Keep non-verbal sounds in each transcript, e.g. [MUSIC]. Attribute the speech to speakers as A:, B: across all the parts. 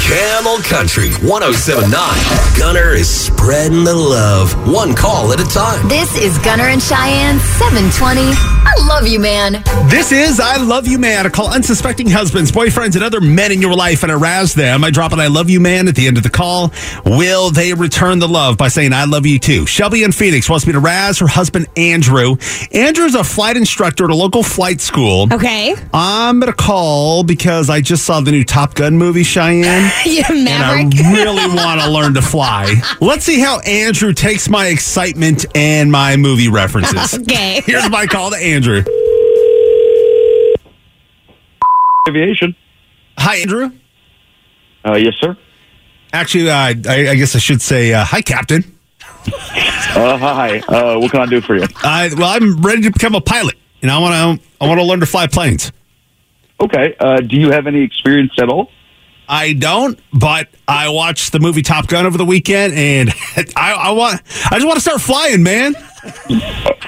A: Camel Country 1079. Gunner is spreading the love, one call at a time.
B: This is Gunner and Cheyenne 720. I love you, man.
C: This is I Love You Man. I call unsuspecting husbands, boyfriends, and other men in your life and arouse them. I drop an I Love You Man at the end of the call. Will they return the love by saying I love you too? Shelby in Phoenix wants me to razz her husband, Andrew. Andrew's a flight instructor at a local flight school.
D: [LAUGHS] Okay.
C: I'm going to call because I just saw the new Top Gun movie, Cheyenne.
D: Yeah,
C: And
D: Maverick.
C: I really want to learn to fly. Let's see how Andrew takes my excitement and my movie references. [LAUGHS]
D: Okay.
C: Here's my call to Andrew.
E: Aviation.
C: Hi, Andrew.
E: Uh, yes, sir.
C: Actually, uh, I, I guess I should say, uh, hi, Captain.
E: Uh, hi. Uh, what can I do for you?
C: I, Uh, well, I'm ready to become a pilot, and I want to I want to learn to fly planes.
E: Okay. Uh, do you have any experience at all?
C: I don't, but I watched the movie Top Gun over the weekend, and [LAUGHS] I, I want I just want to start flying, man.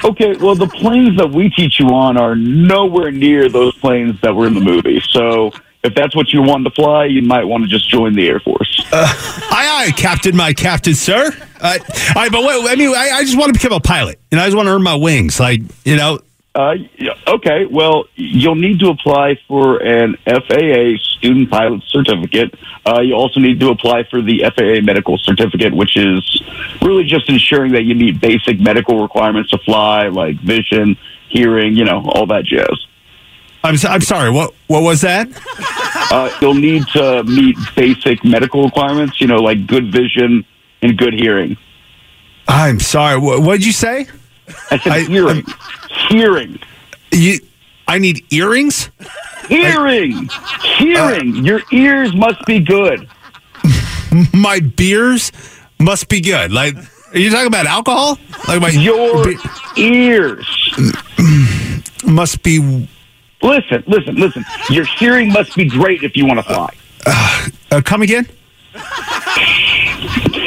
E: Okay. Well, the planes that we teach you on are nowhere near those planes that were in the movie. So if that's what you want to fly, you might want to just join the Air Force.
C: Aye, aye, Captain, my Captain, sir. Uh, all right, but wait, I mean, I, I just want to become a pilot, and I just want to earn my wings. Like, you know,
E: Uh, yeah, okay. Well, you'll need to apply for an FAA student pilot certificate. Uh, you also need to apply for the FAA medical certificate, which is really just ensuring that you meet basic medical requirements to fly, like vision, hearing, you know, all that jazz.
C: I'm so- I'm sorry. What what was that?
E: Uh, you'll need to meet basic medical requirements, you know, like good vision and good hearing.
C: I'm sorry. What what'd you say?
E: I said
C: I-
E: hearing. hearing.
C: You, I need earrings.
E: Hearing. Hearing. Your ears must be good.
C: my beers must be good. Like, are you talking about alcohol? Like my
E: Your
C: be-
E: ears.
C: must be
E: Listen, listen, listen. Your hearing must be great if you want to fly.
C: uh, come again.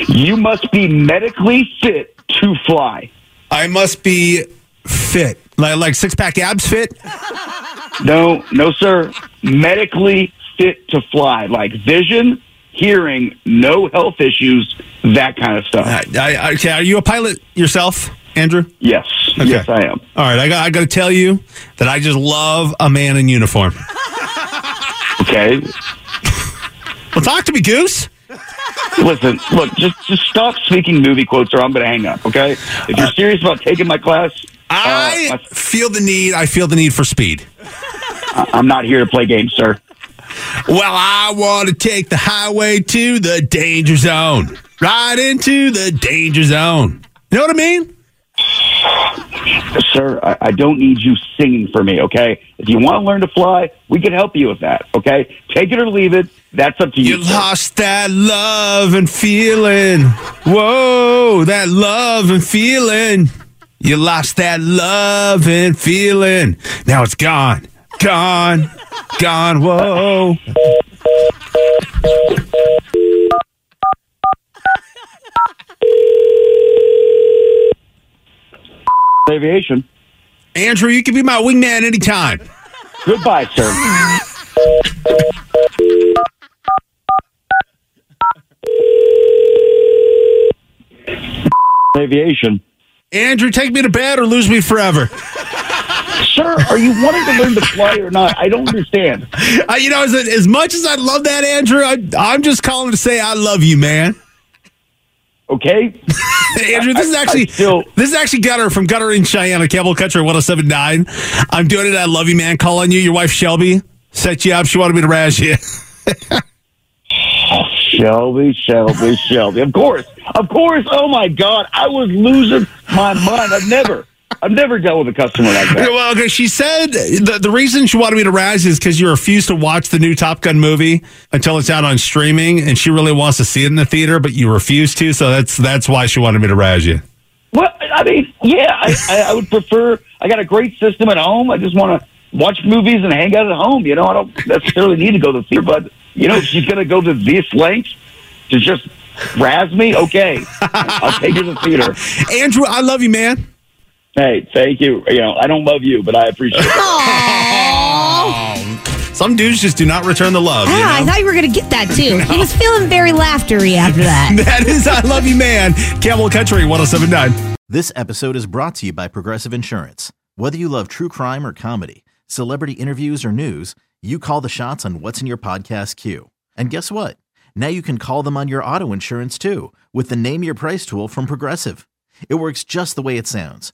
E: You must be medically fit to fly.
C: I must be fit, like like six pack abs fit.
E: No, no, sir. Medically fit to fly, like vision, hearing, no health issues, that kind of stuff.
C: I, I, okay, are you a pilot yourself, Andrew?
E: Yes,
C: Okay.
E: yes, I am.
C: All right, I got I got to tell you that I just love a man in uniform.
E: Okay,
C: Well, talk to me,
E: Uh,
C: Goose.
E: listen, look, just just stop speaking movie quotes, or I'm going to hang up. Okay, if you're serious about taking my class, uh,
C: I
E: my-
C: feel the need. I feel the need for speed.
E: I- I'm not here to play games, sir.
C: Well, I want to take the highway to the danger zone, right into the danger zone. You know what I mean?
E: Sir, I, I don't need you singing for me, okay? If you want to learn to fly, we can help you with that, okay? Take it or leave it. That's up to you.
C: You
E: sir.
C: lost that love and feeling. Whoa, that love and feeling. You lost that love and feeling. Now it's gone, gone, gone. Whoa.
E: Aviation.
C: Andrew, you can be my wingman anytime.
E: Goodbye, sir. [LAUGHS] Aviation.
C: Andrew, take me to bed or lose me forever.
E: Sir, are you wanting to learn to fly or not? I don't understand.
C: Uh, you know, as, as much as I love that, Andrew, I, I'm just calling to say I love you, man.
E: Okay?
C: Hey, Andrew, this is
E: I- I
C: actually
E: still-
C: this is actually Gutter from Gutter in Cheyenne on Campbell Country 1079. I'm doing it. I love you, man. Calling you. Your wife Shelby set you up. She wanted me to razz you. [LAUGHS]
E: Shelby, Shelby, Shelby. Of course. Of course. Oh my God. I was losing my mind. I've never, I've never dealt with a customer like that.
C: Well, okay. She said the, the reason she wanted me to razz is because you refuse to watch the new Top Gun movie until it's out on streaming, and she really wants to see it in the theater, but you refuse to. So that's that's why she wanted me to razz you.
E: Well, I mean, yeah, I, I, I would prefer. I got a great system at home. I just want to watch movies and hang out at home. You know, I don't necessarily need to go to the theater, but you know, if she's going to go to this length to just razz me, okay, I'll take her to the theater.
C: Andrew, I love you, man.
E: Hey, thank you. You know, I don't love you, but I appreciate it.
C: Um, Some dudes just do not return the love. you
D: Ah, I
C: know?
D: thought you were going to get that too.
C: [LAUGHS]
D: He was feeling very laughter-y after that.
C: that is I love you, man. Campbell Country 1079.
F: This episode is brought to you by Progressive Insurance. Whether you love true crime or comedy, celebrity interviews or news, you call the shots on what's in your podcast queue. And guess what? Now you can call them on your auto insurance too with the Name Your Price tool from Progressive. It works just the way it sounds.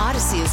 G: Odyssey is